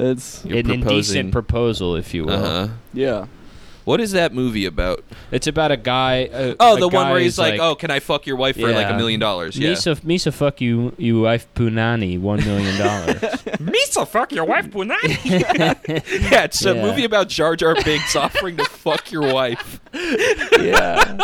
It's You're an indecent proposing- proposal, if you will. Uh-huh. yeah. What is that movie about? It's about a guy. uh, Oh, a the one guy where he's who's like, "Oh, can I fuck your wife for like Yeah. a million dollars?" Yeah. Misa, Misa, fuck you, you wife Punani, one million dollars. Misa, fuck your wife, Punani. yeah, it's a Yeah. movie about Jar Jar Binks offering to fuck your wife. Yeah.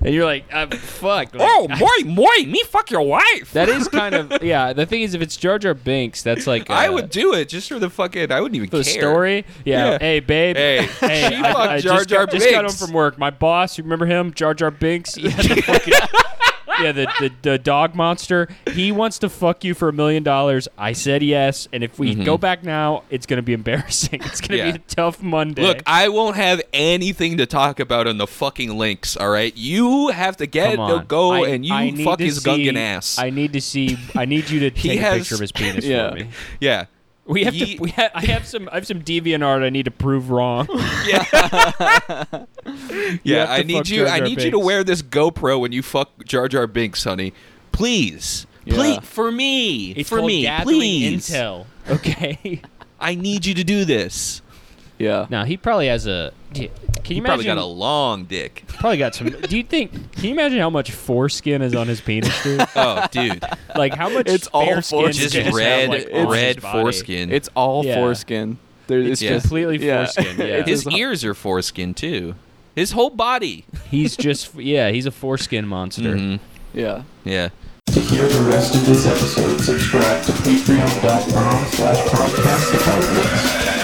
and you're like, I'm fuck. like, I- Oh, moi, moi, me fuck your wife. that is kind of yeah. The thing is, if it's Jar Jar Binks, that's like I uh, would do it just for the fucking. I wouldn't even for the care. story. Yeah. Yeah. Hey, babe. Hey, she I- fucked I Jar just Jar got, Just got home Binks. from work. My boss, you remember him, Jar Jar Binks. He had the fucking- yeah, the, the the dog monster. He wants to fuck you for a million dollars. I said yes, and if we go back now, it's gonna be embarrassing. It's gonna Yeah. be a tough Monday. Look, I won't have anything to talk about on the fucking links. All right, you have to get Come on. to go I- and you I need fuck to his see- Gungan ass. I need to see. I need you to take a has- picture of his penis Yeah. for me. yeah, We have He- to. We ha- I have some. I have some deviant art. I need to prove wrong. yeah. have to I fuck need you. Jar I Jar need you to Binks. wear this GoPro when you fuck Jar Jar Binks, honey. Please, Yeah. please, for me, It's for called me, gathering please. intel. Okay. I need you to do this. Yeah. now he probably has a. Can you He imagine? probably got a long dick. probably got some. Do you think? Can you imagine how much foreskin is on his penis, dude? Oh, dude, Like how much? It's all bare skin does just he have, red, like, on red his body? foreskin. It's all Yeah. foreskin. There, it's It's just, completely yeah. foreskin, yeah. It's his just- ears are foreskin too. His whole body. He's just. Yeah, he's a foreskin monster. Mhm. Yeah. Yeah. To hear the rest of this episode, subscribe to patreon.com slash podcast